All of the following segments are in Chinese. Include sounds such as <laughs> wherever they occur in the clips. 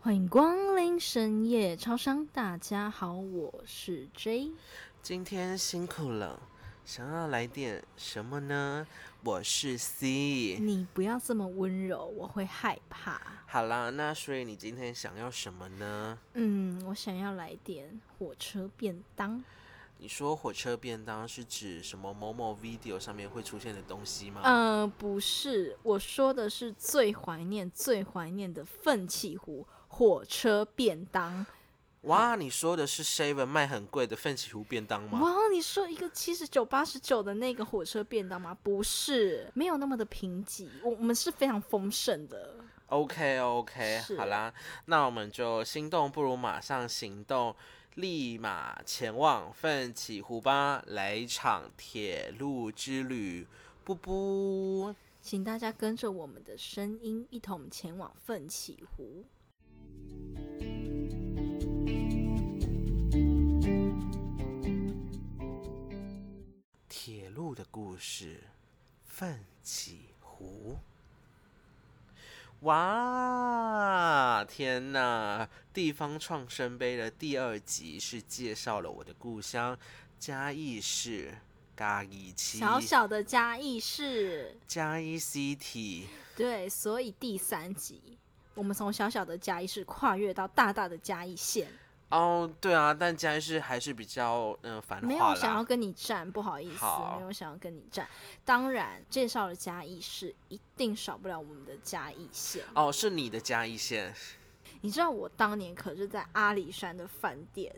欢迎光临深夜超商，大家好，我是 J。今天辛苦了，想要来点什么呢？我是 C。你不要这么温柔，我会害怕。好啦，那所以你今天想要什么呢？嗯，我想要来点火车便当。你说火车便当是指什么某某 video 上面会出现的东西吗？呃，不是，我说的是最怀念、最怀念的奋起湖火车便当。哇，你说的是 Seven 卖很贵的奋起湖便当吗？哇，你说一个七十九、八十九的那个火车便当吗？不是，没有那么的贫瘠，我我们是非常丰盛的。 OK OK，是好啦，那我们就心动不如马上行动，立马前往奋起湖吧，来一场铁路之旅，布布。请大家跟着我们的声音，一同前往奋起湖。铁路的故事，奋起湖。哇！天哪！地方创生杯的第二集是介绍了我的故乡嘉义市嘉义区小小的嘉义市，嘉义 City。对，所以第三集我们从小小的嘉义市跨越到大大的嘉义县，哦，对啊，但嘉义市还是比较嗯、呃繁没华有想要啦。跟你战，不好意思，好没有想要跟你战。当然，介绍了嘉义市，一定少不了我们的嘉义县。哦，是你的嘉义县，你知道我当年可是在阿里山的饭店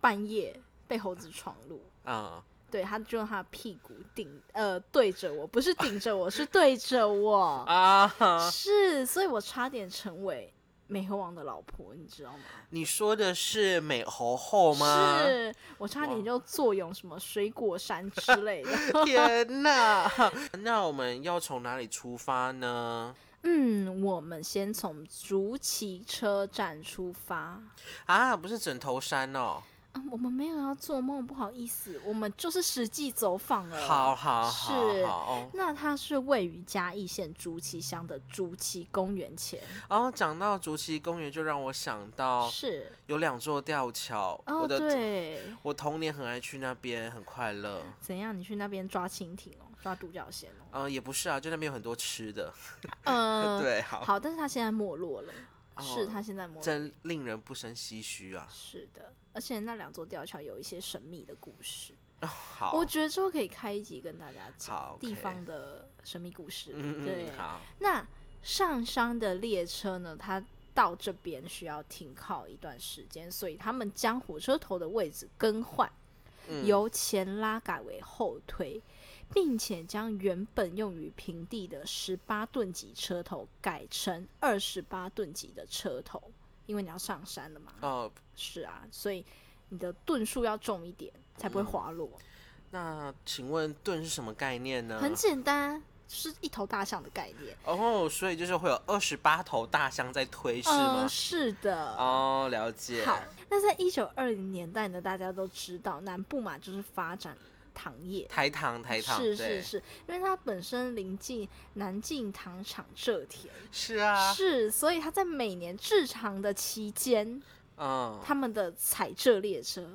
半夜被猴子闯入。嗯，对，他就用他的屁股顶，呃，对着我，不是顶着我，是对着我，啊，是，所以我差点成为美猴王的老婆，你知道吗？你说的是美猴后吗？是我差点就坐拥什么水果山之类 <laughs> 的。 <laughs> 天呐， <laughs> 那我们要从哪里出发呢？嗯，我们先从竹崎车站出发。啊，不是枕头山哦。啊，我们没有要做梦，不好意思，我们就是实际走访了。好好好嗯是好哦。那它是位于嘉义县竹崎乡的竹崎公园前，然后哦讲到竹崎公园，就让我想到是有两座吊桥。哦，我的对，我童年很爱去那边，很快乐。怎样？你去那边抓蜻蜓哦，抓独角 <laughs> 仙哦？嗯、也不是啊，就那边有很多吃的。呃， <laughs> 对，好，好，但是它现在没落了，是哦它现在没落，真令人不生唏嘘啊。是的。而且那两座吊桥有一些神秘的故事，哦，好，我觉得之后可以开一集跟大家好讲，OK 地方的神秘故事。嗯对嗯，，好，那上山的列车呢，它到这边需要停靠一段时间，所以他们将火车头的位置更换，嗯由前拉改为后推，并且将原本用于平地的十八吨级车头改成二十八吨级的车头，因为你要上山了嘛。哦，是啊，所以你的吨数要重一点，才嗯不会滑落。那请问盾是什么概念呢？很简单，就是一头大象的概念。哦，所以就是会有二十八头大象在推，是吗呃、？是的。哦，了解。好，那在一九二零年代呢，大家都知道南部嘛就是发展糖业，台糖台糖，是是对是，因为它本身临近南靖糖厂蔗田，是啊，是，所以它在每年制糖的期间，嗯，他们的采蔗列车。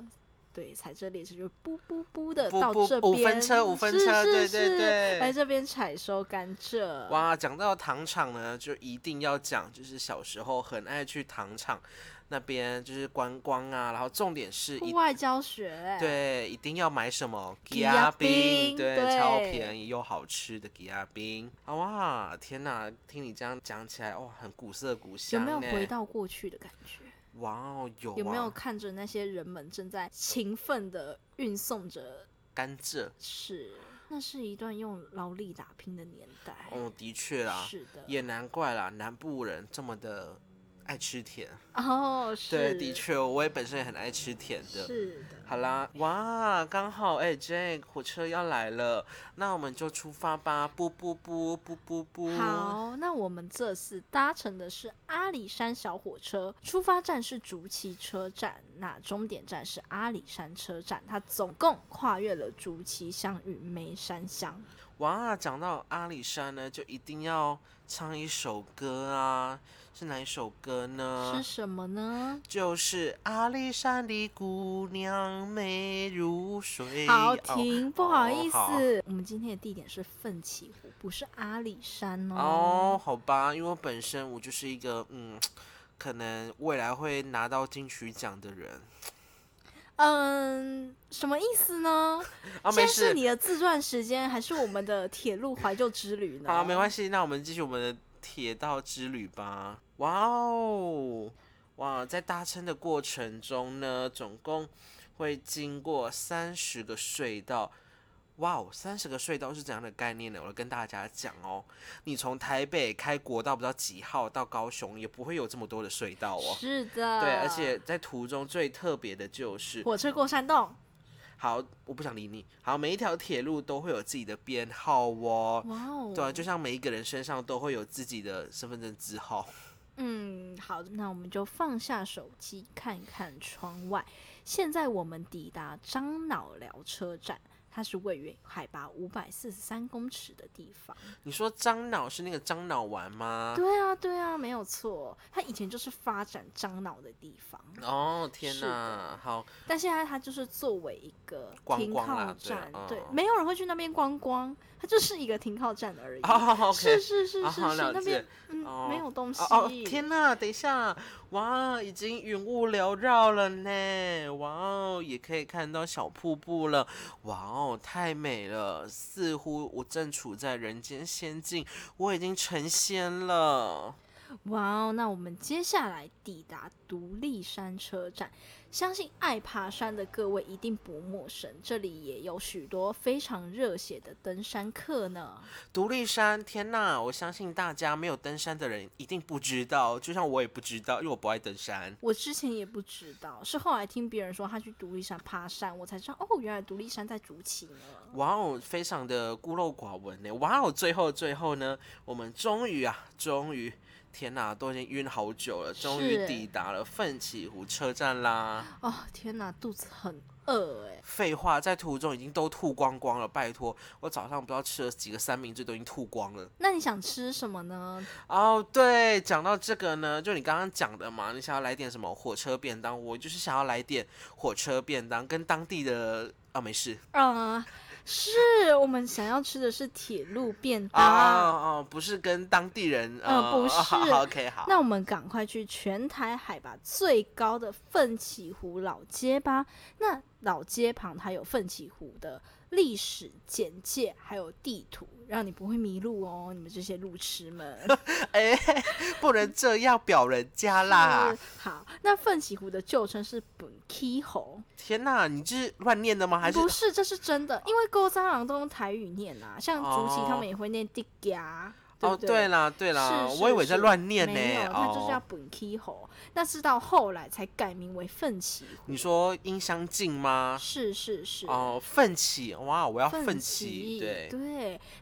对，采蔗列车就噗噗噗的噗到噗这边，五分车五分是车是对是对对来这边采收甘蔗。哇，讲到糖厂呢，就一定要讲，就是小时候很爱去糖厂那边，就是观光啊，然后重点是户一。外教学，，对，一定要买什么吉吉亚亚冰冰，对，对超便宜又好吃的吉亚冰。啊哇，天哪！听你这样讲起来，哇，很古色古有香没有呢回？到过去的感觉？哇哦，有、啊、有没有看着那些人们正在勤奋的运送着？甘蔗？是，那是一段用劳力打拼的年代。哦，的确啦，是的，也难怪啦，南部人这么的爱吃甜。哦，是，对，的，确，我也本身也很爱吃甜的。是的。好啦，哇，刚好哎、j a k 火车要来了，那我们就出发吧！不不不不不不，好，那我们这次搭乘的是阿里山小火车，出发站是竹崎车站，那终点站是阿里山车站。它总共跨越了竹崎乡与梅山乡。哇，讲到阿里山呢，就一定要唱一首歌啊，是哪一首歌呢？是什么呢？就是阿里山的姑娘美如水。好哦停，不好意思，好我们今天的地点是奋起湖，不是阿里山哦。哦，好吧，因为我本身我就是一个嗯，可能未来会拿到金曲奖的人嗯，什么意思呢？啊，没现在是事你的自传时间，还是我们的铁路怀旧之旅呢？啊好，没关系，那我们继续我们的铁道之旅吧。哇哦，哇，在搭乘的过程中呢，总共会经过三十个隧道。哇哦，三十个隧道是怎样的概念呢？我来跟大家讲哦，你从台北开国道不知道几号到高雄，也不会有这么多的隧道哦。是的，对，而且在途中最特别的就是，火车过山洞，好，我不想理你。好，每一条铁路都会有自己的编号哦。哇哦，对啊，就像每一个人身上都会有自己的身份证字号。嗯，好，那我们就放下手机，看看窗外。现在我们抵达樟脑寮车站，它是位于海拔五百四十三公尺的地方。你说樟脑是那个樟脑丸吗？对啊，对啊，没有错，它以前就是发展樟脑的地方，哦，天是哪！好，但现在它就是作为一个观停光靠啦对站，啊对嗯没有人会去那边观光，它就是一个停靠站而已。 <laughs> 哦，OK，是是是哦是是，好了那边解嗯、哦没有东西。哦哦，天哪！等一下，哇，已经云雾缭绕了呢，哇哦，也可以看到小瀑布了，哇哦，太美了！似乎我正处在人间仙境，我已经成仙了。哇哦，那我们接下来抵达独立山车站，相信爱爬山的各位一定不陌生，这里也有许多非常热血的登山客呢。独立山，天呐！我相信大家没有登山的人一定不知道，就像我也不知道，因为我不爱登山。我之前也不知道，是后来听别人说他去独立山爬山，我才知道哦，原来独立山在竹崎呢。哇哦，非常的孤陋寡闻呢。哇哦，最后最后呢，我们终于啊，终于，天呐，都已经晕好久了，终于是抵达了奋起湖车站啦。哦，天哪，肚子很饿哎。废话，在途中已经都吐光光了，拜托，我早上不知道吃了几个三明治，都已经吐光了。那你想吃什么呢？哦，对，讲到这个呢，就你刚刚讲的嘛，你想要来点什么火车便当？我就是想要来点火车便当，跟当地的啊，没事呃，是我们想要吃的是铁路便啊当。哦，不是跟当地人，嗯呃不好是 <laughs> 好，OK，好，那我们赶快去全台海拔最高的奋起湖老街吧。那老街旁它有奋起湖的历史简介，还有地图，让你不会迷路哦，你们这些路痴们。哎，不能这样表人家 <laughs> 啦是！好，那奋起湖的旧称是本溪湖，天哪，你这是乱念的吗？还是不是，这是真的，因为勾蟑螂都用台语念啊，像竹崎他哦们也会念地呀，对不哦，对？对啦，对啦，是我以是为在是乱念呢、没有，它就是要哦，本溪湖，那是到后来才改名为奋起湖。你说音相近吗？是是是，哦，奋起，哇，我要奋起，起，对，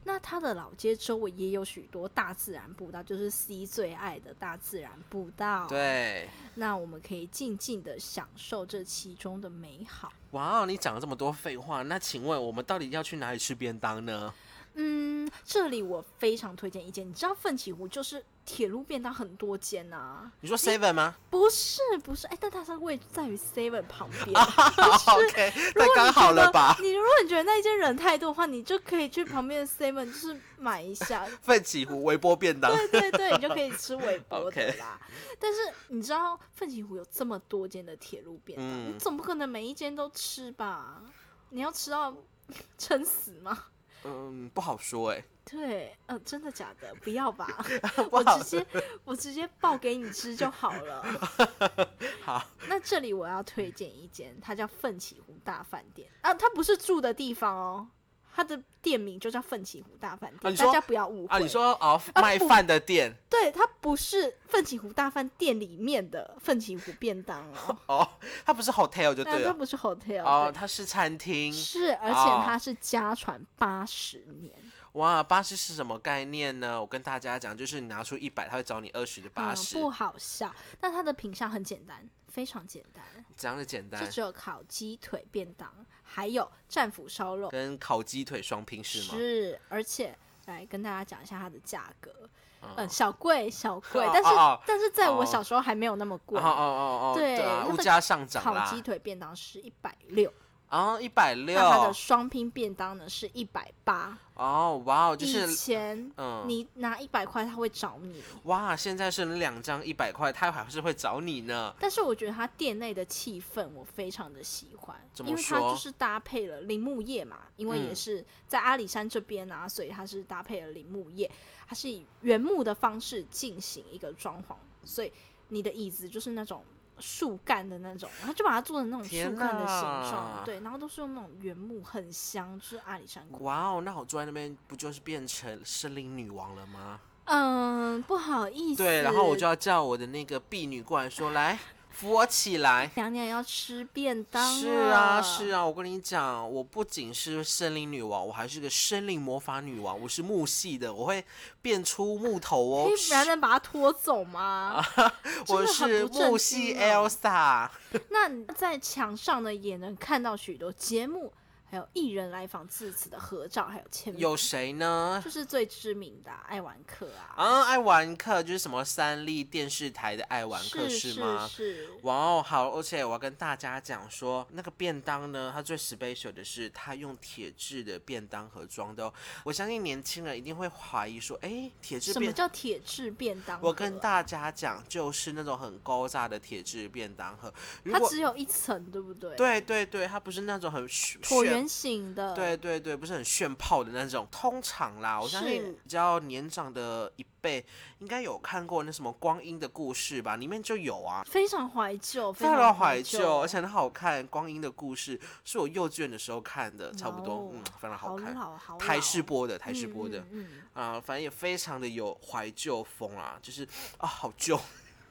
那它的老街周围也有许多大自然步道，就是 C 最爱的大自然步道。，对。那我们可以静静的享受这其中的美好。哇，你讲了这么多废话，那请问我们到底要去哪里吃便当呢？嗯，这里我非常推荐一间，你知道奋起湖就是铁路便当很多间啊，你说 <laughs> seven 吗 <laughs> 不是不是，哎，但它是位在于 Seven 旁边。 ？OK， <laughs> 如那果啊刚你好觉了得吧？你如果你觉得那一间人太多的话，你就可以去旁边的 Seven 就是买一下，奋起湖微波便当，对对对，你就可以吃 <laughs> 微波的 OK 啦。但是你知道奋起湖有这么多间的铁路便当，嗯你总不可能每一间都吃吧？你要吃到 <laughs> 撑死吗？嗯，不好说哎、对，呃，真的假的？不要吧， <laughs> 不我好直接我直接爆给你吃就好了。 <laughs> 好，那这里我要推荐一间，它叫奋起湖大饭店啊，它不是住的地方哦，它的店名就叫奋起湖大饭店，你大说家不要误会啊，你说哦，啊卖不饭的店对，它不是奋起湖大饭店里面的奋起湖便当哦，哦，它不是 <laughs> hotel 就 <laughs> 对啊啊但它了。不是 hotel 哦，对它是餐厅是，而且哦它是家传八十年，哇，八十是什么概念呢？我跟大家讲，就是你拿出一百，他会找你二十的八嗯，十、不好笑。但它的品相很简单，非常简单，这样的简就单，只有烤鸡腿便当，还有战斧烧肉，跟烤鸡腿双拼是吗？哦是，而且来跟大家讲一下它的价格，嗯嗯，小贵小贵，但哦哦是但是在我哦小时候还没有那么哦贵哦。哦哦，对啊，它物的价上涨烤啦鸡，腿便当是一百六，哦，一百六，那它的双拼便当呢是一百八。哦，哇哦，就以是前嗯，你拿一百块，他会找你，哇，现在是两张一百块，他还是会找你呢。但是我觉得它店内的气氛我非常的喜欢，怎么因为它说就是搭配了铃木叶嘛，因为也嗯是在阿里山这边啊，所以它是搭配了铃木叶，它是以原木的方式进行一个装潢，所以你的椅子就是那种。树干的那种，然后就把它做成那种天树干的形状哪，对，然后都是用那种原木，很香，就是阿里山果。哇哦，那我坐在那边不就是变成森林女王了吗？嗯，不好意思，对，然后我就要叫我的那个婢女过来说，来扶我起来。娘娘要吃便当是啊，了是啊，我跟你讲，我不仅是森林女王，我还是个森林魔法女王，我是木系的，我会变出木头哦可以，不然能把他拖走啊吗？我真的是很不正木系经哦 Elsa。那在墙上呢，也能看到许多节目，还有艺人来访致辞的合照，还有签名，有谁呢？就是最知名的啊、爱玩客啊，啊，爱玩客就是什么三立电视台的爱玩客是是吗？是哇哦，好！而且我要跟大家讲说，那个便当呢，它最 special 的是它用铁质的便当盒装的哦。我相信年轻人一定会怀疑说，哎，铁质什么便。叫铁质便当盒啊？我跟大家讲，就是那种很高炸的铁质便当盒。如它果只有一层，对不对？，对对对，它不是那种很炫椭圆形的，对对对，不是很炫炮的那种。通常啦，我相是信比较年长的一辈应该有看过那什么《光阴的故事》吧，里面就有啊。非常怀旧，非常怀旧，旧，哦而且很好看。《光阴的故事》是我幼稚园的时候看的，差不哇哦多，嗯，非常好好看。老好老，台式嗯播的，台式播的，啊、嗯嗯嗯反正也非常的有怀旧风啊，就是啊，好旧。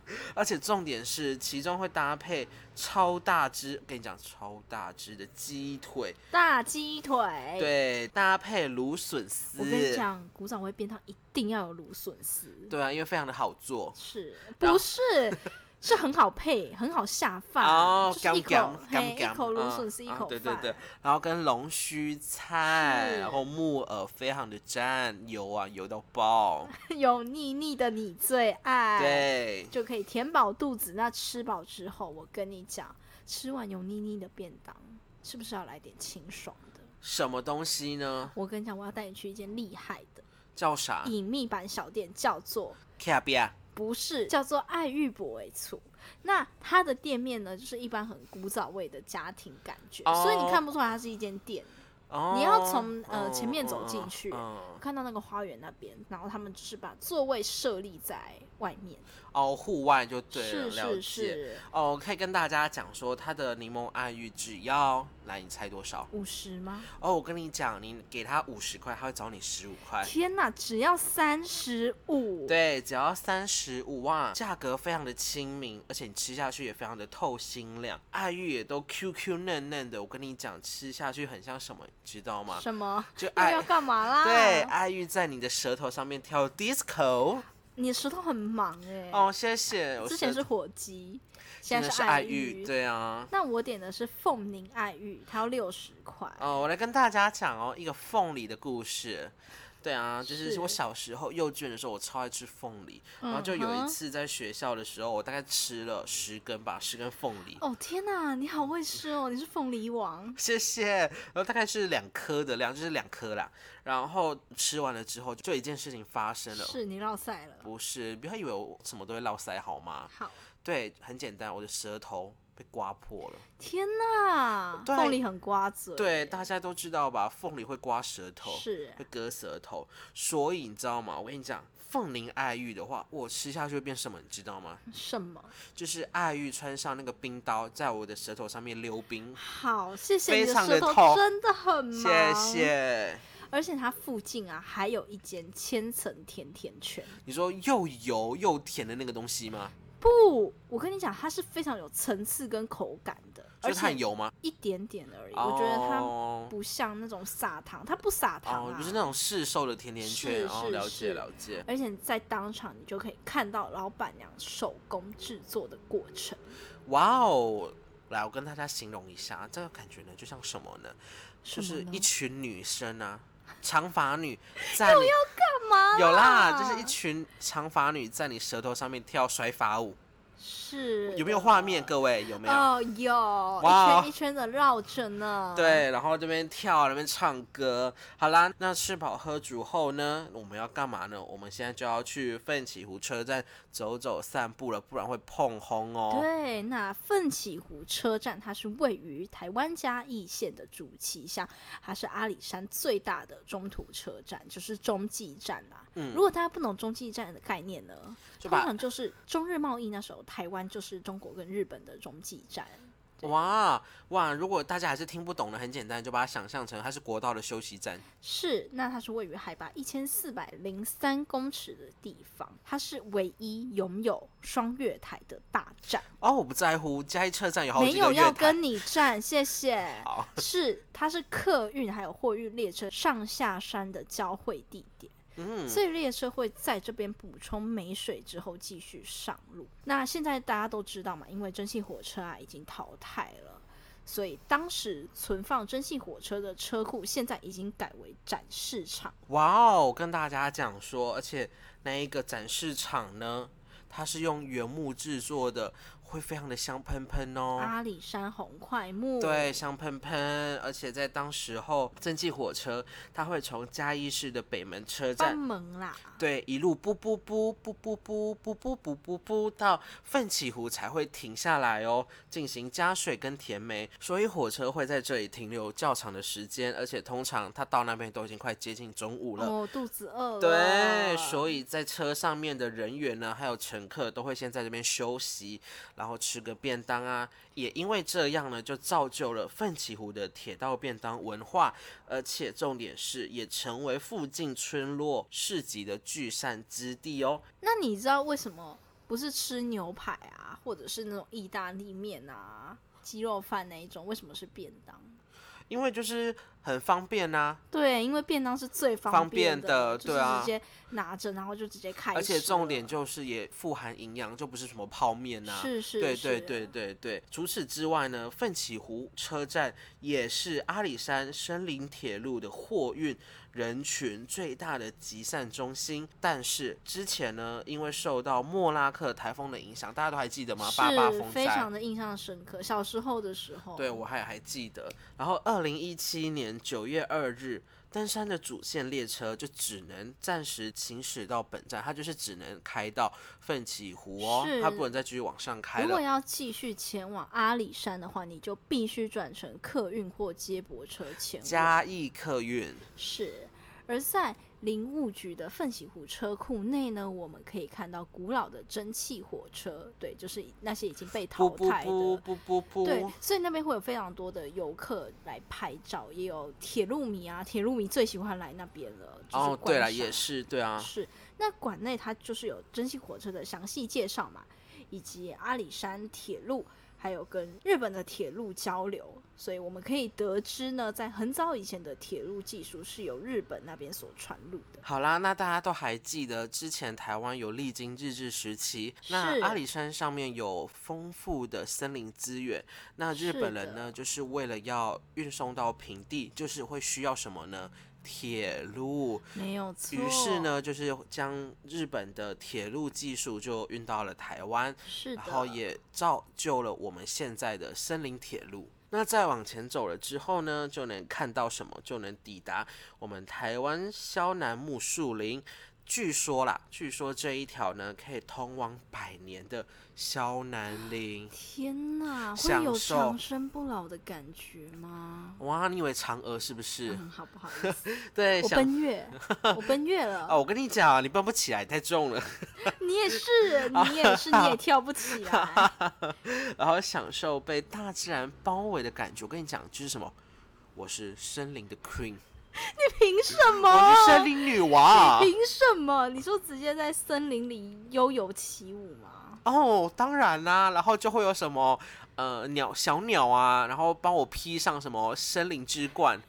<laughs> 而且重点是，其中会搭配超大只，跟你讲超大只的鸡腿，大鸡腿，对，搭配芦笋丝我，跟你讲，古早味便当一定要有芦笋丝。对啊，因为非常的好做。是然后不是？ <laughs> 是很好配，很好下饭，哦，就是干一干口干嘿，一干，口芦嗯笋丝一嗯口对对饭，对，然后跟龙须菜，是然后木耳非常的蘸油啊，油到爆， <laughs> 有腻腻的你最爱，对，就可以填饱肚子。那吃饱之后，我跟你讲，吃完油腻腻的便当，是不是要来点清爽的？什么东西呢？我跟你讲，我要带你去一间厉害的叫啥？隐秘版小店，叫做卡比亚不是叫做爱玉博味醋。那它的店面呢，就是一般很古早味的家庭感觉，所以你哦看不出来它是一间店。哦，你要从呃嗯前面走嗯进嗯去嗯看到那个花园那边，然后他们就是把座位设立在外面，哦，户外就对了，是了是解。是，哦，可以跟大家讲说，它的柠檬爱玉只要来，你猜多少？五十吗？哦，我跟你讲，你给他五十块，他会找你十五块。天哪，只要三十五，哎对，只要三十五万，价格非常的亲民，而且你吃下去也非常的透心凉，爱玉也都 Q Q 嫩嫩的。我跟你讲，吃下去很像什么，你知 <laughs> 道吗？什么？就那爱要干啊嘛啦？哎对，，哎爱玉在你的舌头上面跳 disco。你的舌头很忙哎、哦，谢谢。我之前舌是火鸡，现真的在是爱爱玉，。对啊。那我点的是凤宁爱玉，它要六十块。哦，我来跟大家讲哦，一个凤梨的故事。对啊，就是是我小时候幼稚园的时候，我超爱吃凤梨，然后就有嗯一哼次在学校的时候，我大概吃了十根吧，十根凤梨。哦天哪，你好会吃哦，你是凤梨王。谢谢。然后大概是两颗的量，就是两颗啦。然后吃完了之后，就有一件事情发生了。是你落赛了。哦不是，不要以为我什么都会落腮好吗？好，对，很简单，我的舌头被刮破了。天哪，对凤梨很刮嘴。对，大家都知道吧？凤梨会刮舌头，是会割舌头。所以你知道吗？我跟你讲，凤梨爱玉的话，我吃下去会变什么？你知道吗？什么？就是爱玉穿上那个冰刀，在我的舌头上面溜冰。好，谢谢非你的常舌地头痛真的很谢忙，。谢。而且它附近啊，还有一间千层甜甜圈。你说又油又甜的那个东西吗？不，我跟你讲，它是非常有层次跟口感的。而就是它很且油吗？一点点而已。我觉得它哦不像那种撒糖，它不撒糖哦，啊，不是那种市售的甜甜圈，是哦，是了解是了解。而且在当场你就可以看到老板娘手工制作的过程。哇哦，来，我跟大家形容一下，这个感觉呢，就像什么呢？就什么是呢一群女生啊，长 <laughs> 发女在你干嘛？有啦，就是一群长发女在你舌头上面跳甩发舞，是有没有的画面？？各位有没有？哦，有，哇一圈一圈的绕着呢。，对，然后这边跳，那边唱歌。好啦，那吃饱喝足后呢，我们要干嘛呢？我们现在就要去奋起湖车站走走散步了，不然会碰轰哦。对，那奋起湖车站它是位于台湾嘉义县的主旗下，它是阿里山最大的中途车站，就是中继站啦、嗯如果大家不懂中继站的概念呢，就通把常就是中日贸易那时候，台湾就是中国跟日本的中继站。对哇哇！如果大家还是听不懂的，很简单，就把它想象成它是国道的休息站。是，那它是位于海拔一千四百零三公尺的地方，它是唯一拥有双月台的大站，哦，我不在乎，嘉义车站有好没几个有月要台跟你站，谢谢。 <laughs> 好，是，它是客运还有货运列车上下山的交汇地点，嗯，所以列车会在这边补充美水之后继续上路。那现在大家都知道嘛，因为蒸汽火车啊已经淘汰了。所以当时存放蒸汽火车的车库，现在已经改为展示场。哇哦！跟大家讲说，而且那一个展示场呢，它是用原木制作的，会非常的香喷喷哦。阿里山红块木，对，，香喷喷，而且在当时候，蒸汽火车它会从嘉义市的北门车帮站，忙啦。对，一路不不不不不不不不不不不到奋起湖才会停下来哦，进行加水跟填煤，所以火车会在这里停留较长的时间，而且通常它到那边都已经快接近中午了。哦，肚子饿了。对，所以在车上面的人员呢，还有乘客都会先在这边休息，然后吃个便当啊。也因为这样呢，就造就了奋起湖的铁道便当文化，而且重点是也成为附近村落市集的聚散之地哦。那你知道为什么不是吃牛排啊，或者是那种意大利面啊、鸡肉饭那一种，为什么是便当？因为就是很方便啊呐、对，因为便当是最方便便的就是对啊直接拿着，然后就直接开吃了。而且重点就是也富含营养，就不是什么泡面呐、是是对是对对对对。除此之外呢，奋起湖车站也是阿里山森林铁路的货运人群最大的集散中心。但是之前呢，因为受到莫拉克台风的影响，大家都还记得吗？八八是风非灾常。的印象深刻。小时候的时候，对，我还还记得。然后，二零一七年九月二日，登山的主线列车就只能暂时行驶到本站，它就是只能开到奋起湖哦，它是不能再继续往上开如果了。要继续前往阿里山的话，你就必须转乘客运或接驳车前往。嘉义客运，是，而在林务局的奋起湖车库内呢，我们可以看到古老的蒸汽火车，对，就是那些已经被不淘不汰的。不不不对不，，所以那边会有非常多的游客来拍照，也有铁路迷啊，铁路迷最喜欢来那边了。就是、哦，对了，也。是，对啊，是，那馆内它就是有蒸汽火车的详细介绍嘛，以及阿里山铁路，还有跟日本的铁路交流，所以我们可以得知呢，在很早以前的铁路技术是由日本那边所传入的。好啦，那大家都还记得之前台湾有历经日治时期，那是阿里山上面有丰富的森林资源，那日是本的人呢，就是为了要运送到平地，就是会需要什么呢？铁路，没有错。于是，呢，就是将日本的铁路技术就运到了台湾，是的，然后也造就了我们现在的森林铁路。那再往前走了之后呢，就能看到什么？就能抵达我们台湾萧楠木树林。据说啦，据说这一条呢可以通往百年的萧楠 <laughs> 林。天哪，会享有受长生不老的感觉吗？哇，你以为嫦娥是 <laughs> 不是？嗯，好不好意 <laughs> 思？对，我想奔月，我奔月了。哦，我跟你讲，你蹦不起来，太重了。 <laughs> 你也是，你也是，你也跳不起 <laughs> 来。然后享受被大自然包围的感觉。我跟你讲，就是什么？我是森林的 queen，凭什么？我是森林女王。凭什么？你说直接在森林里悠游起舞吗？哦，当然啦、然后就会有什么呃鸟小鸟啊，然后帮我披上什么森林之冠，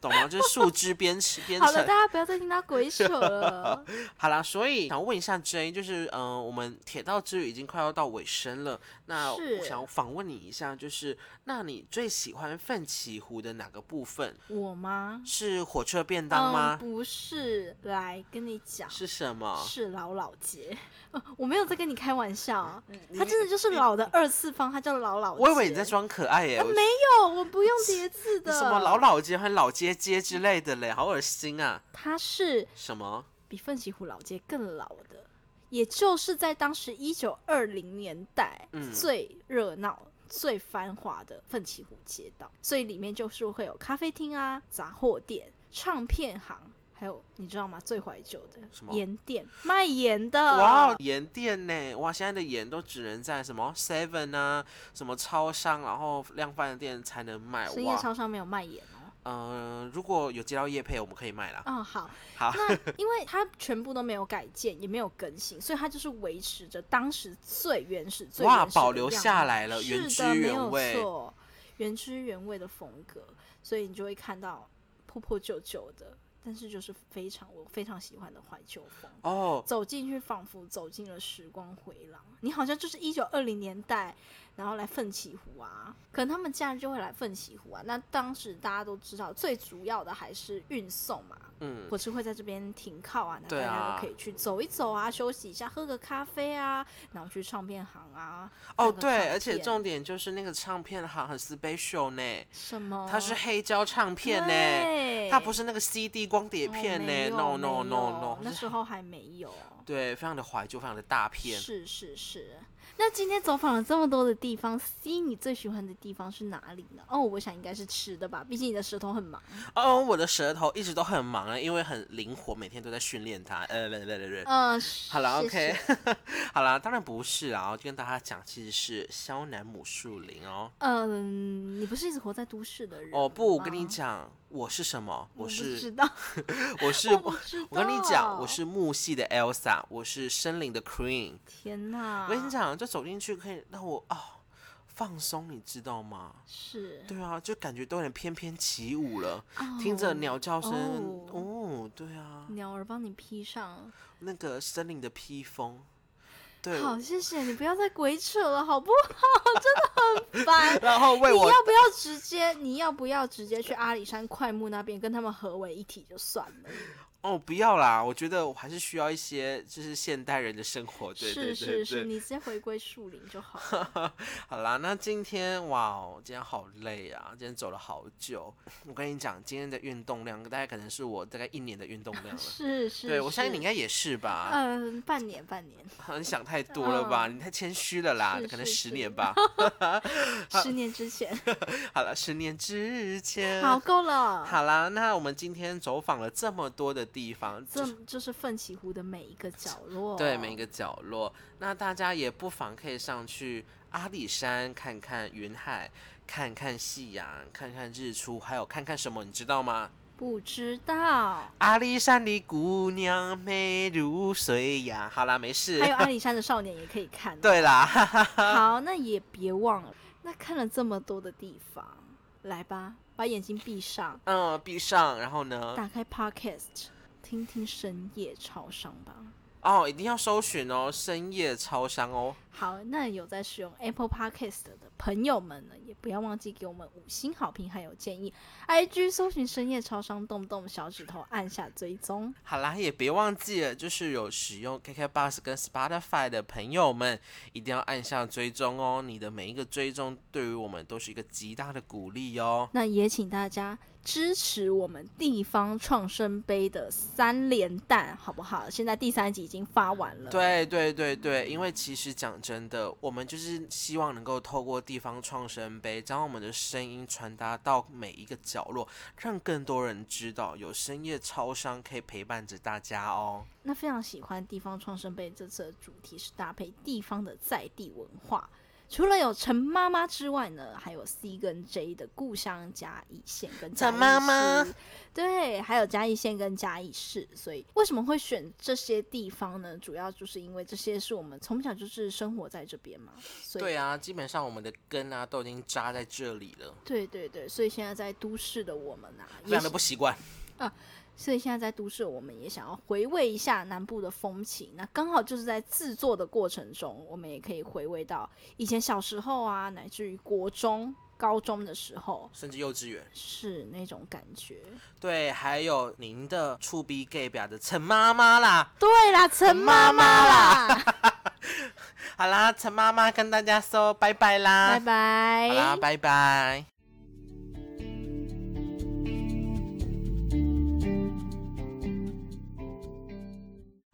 懂吗？就是树枝 <laughs> 编成编好了，大成。家不要再听到鬼扯 <laughs> 了。好啦，所以想问一下 J，就是嗯、呃我们铁道之旅已经快要到尾声了，那是我想访问你一下，就是那你最喜欢奋起湖的哪个部分？我吗？是火车便当吗嗯、？不是，来跟你讲，是啊什么？是老老节、呃 <laughs> 我没有在跟你开玩笑，嗯你它真的就是老的二次方，它叫老老节。我以为你在装可爱耶、啊我没有，我不用叠字的。什么老？老街和老街街之类的嘞，好恶心啊！它是什么？比奋起湖老街更老的，也就是在当时一九二零年代、嗯最热闹。最繁华的奋起湖街道，所以里面就是会有咖啡厅啊、杂货店、唱片行，还有你知道吗？最怀旧什么的盐店，卖盐的。哇，哦盐店呢？哇，现在的盐都只能在什么 Seven 啊、什么超商，然后量贩店才能卖。深夜哎哇，超商没有卖盐哦。嗯、如果有接到叶配，我们可以卖啦。嗯，好，好那因为它全部都没有改建，也没有更新，所以它就是维持着当时最原始、最哇原始的保留样下貌来了原是的，没汁原有味错，原汁原味的风格，所以你就会看到破破旧旧的，但是就是非常我非常喜欢的怀旧风。哦，走进去，仿佛走进了时光回廊。你好像就是一九二零年代，然后来奋起湖啊，可能他们假日就会来奋起湖啊。那当时大家都知道，最主要的还是运送嘛，嗯，火车会在这边停靠啊，那对大家啊都可以去走一走啊，休息一下，喝个咖啡啊，然后去唱片行啊。哦那个对，唱而且片重点就是那个唱片行很 special 呢，什么？它是黑胶唱片呢，对它不是那个 CD 光碟哦片没有呢、n o no 没 no 有 no，那是时候还没有。对，非常的怀旧，非常的大片。是是是。那今天走访了这么多的地方，C 你最喜欢的地方是哪里呢？哦，我想应该是吃的吧，毕竟你的舌头很忙。哦，我的舌头一直都很忙啊，因为很灵活，每天都在训练它。呃，对对对对。嗯、好了谢谢，OK，好 <laughs> 了，当然不是啊，我就跟大家讲，其实是萧南姆树林哦。嗯，你不是一直活在都市的人哦不，我跟吗你，讲，我是什么？我我不是知道，我是我不知道。我跟你讲，我是木系的 Elsa，我是森林的 Queen。天哪！我跟你，讲，就走进去可以让我啊、放松，你知道吗？是对啊，就感觉都有点翩翩起舞了，听着哦鸟叫声，哦哦，对啊，鸟儿帮你披上。那个森林的披风。对，好，谢谢你，不要再鬼扯了，好不好？ <laughs> 真的很烦。然后为你我要不要直接？你要不要直接去阿里山快木那边跟他们合为一体就算了？哦，不要啦！我觉得我还是需要一些就是现代人的生活，对对对对。是是是，你直接回归树林就好 <laughs> 了。好啦，那今天哇哦，今天好累啊，今天走了好久。我跟你讲，今天的运动量大概可能是我大概一年的运动量 <laughs> 了。是是，对，我相信你应是。该也是吧。嗯，半年半 <laughs> 年，你想太多了吧？你太谦虚了啦，是可能是十是年吧。 <laughs> 十年之前，好了，十年之前。好，够了。好啦，那我们今天走访了这么多的地方，这就是就是奋起湖的每一个角落，对每一个角落，那大家也不妨可以上去阿里山看看云海，看看夕阳，看看日出，还有看看什么，你知道吗？不知道。阿里山的姑娘美如水呀。好啦，没事还。有阿里山的少年也可以看。， <laughs> 对啊啦，好，那也别忘了，那看了这么多的地方，来吧，把眼睛闭上，嗯，闭上，然后呢？打开 Podcast，听听深夜超商吧。哦，一定要搜寻哦，深夜超商哦。好，那有在使用 Apple Podcast 的朋友们呢，也不要忘记给我们五星好评还有建议。IG 搜寻深夜超商，动动小指头按下追踪。好啦，也别忘记了，就是有使用 KKBox 跟 Spotify 的朋友们，一定要按下追踪哦。你的每一个追踪，对于我们都是一个极大的鼓励哦。那也请大家支持我们地方创生杯的三连弹，好不好？现在第三集已经发完了。对对对对，因为其实讲真的，我们就是希望能够透过地方创生杯，将我们的声音传达到每一个角落，让更多人知道有深夜超商可以陪伴着大家哦。那非常喜欢地方创生杯这次的主题是搭配地方的在地文化，除了有陈妈妈之外呢，还有 C 跟 J 的故乡嘉义县跟嘉义市，陈妈妈对，还有嘉义县跟嘉义市。所以为什么会选这些地方呢？主要就是因为这些是我们从小就是生活在这边嘛，所以对啊，基本上我们的根啊都已经扎在这里了，对对对，所以现在在都市的我们啊，非也常的不习惯。所以现在在都市，我们也想要回味一下南部的风情。那刚好就是在制作的过程中，我们也可以回味到以前小时候啊，乃至于国中、高中的时候，甚至幼稚园，是那种感觉。对，还有您的触逼 gay 表的陈妈妈啦。对啦，陈妈妈啦，好啦，陈妈妈跟大家说拜拜啦， <laughs> 拜拜，好啦，拜拜。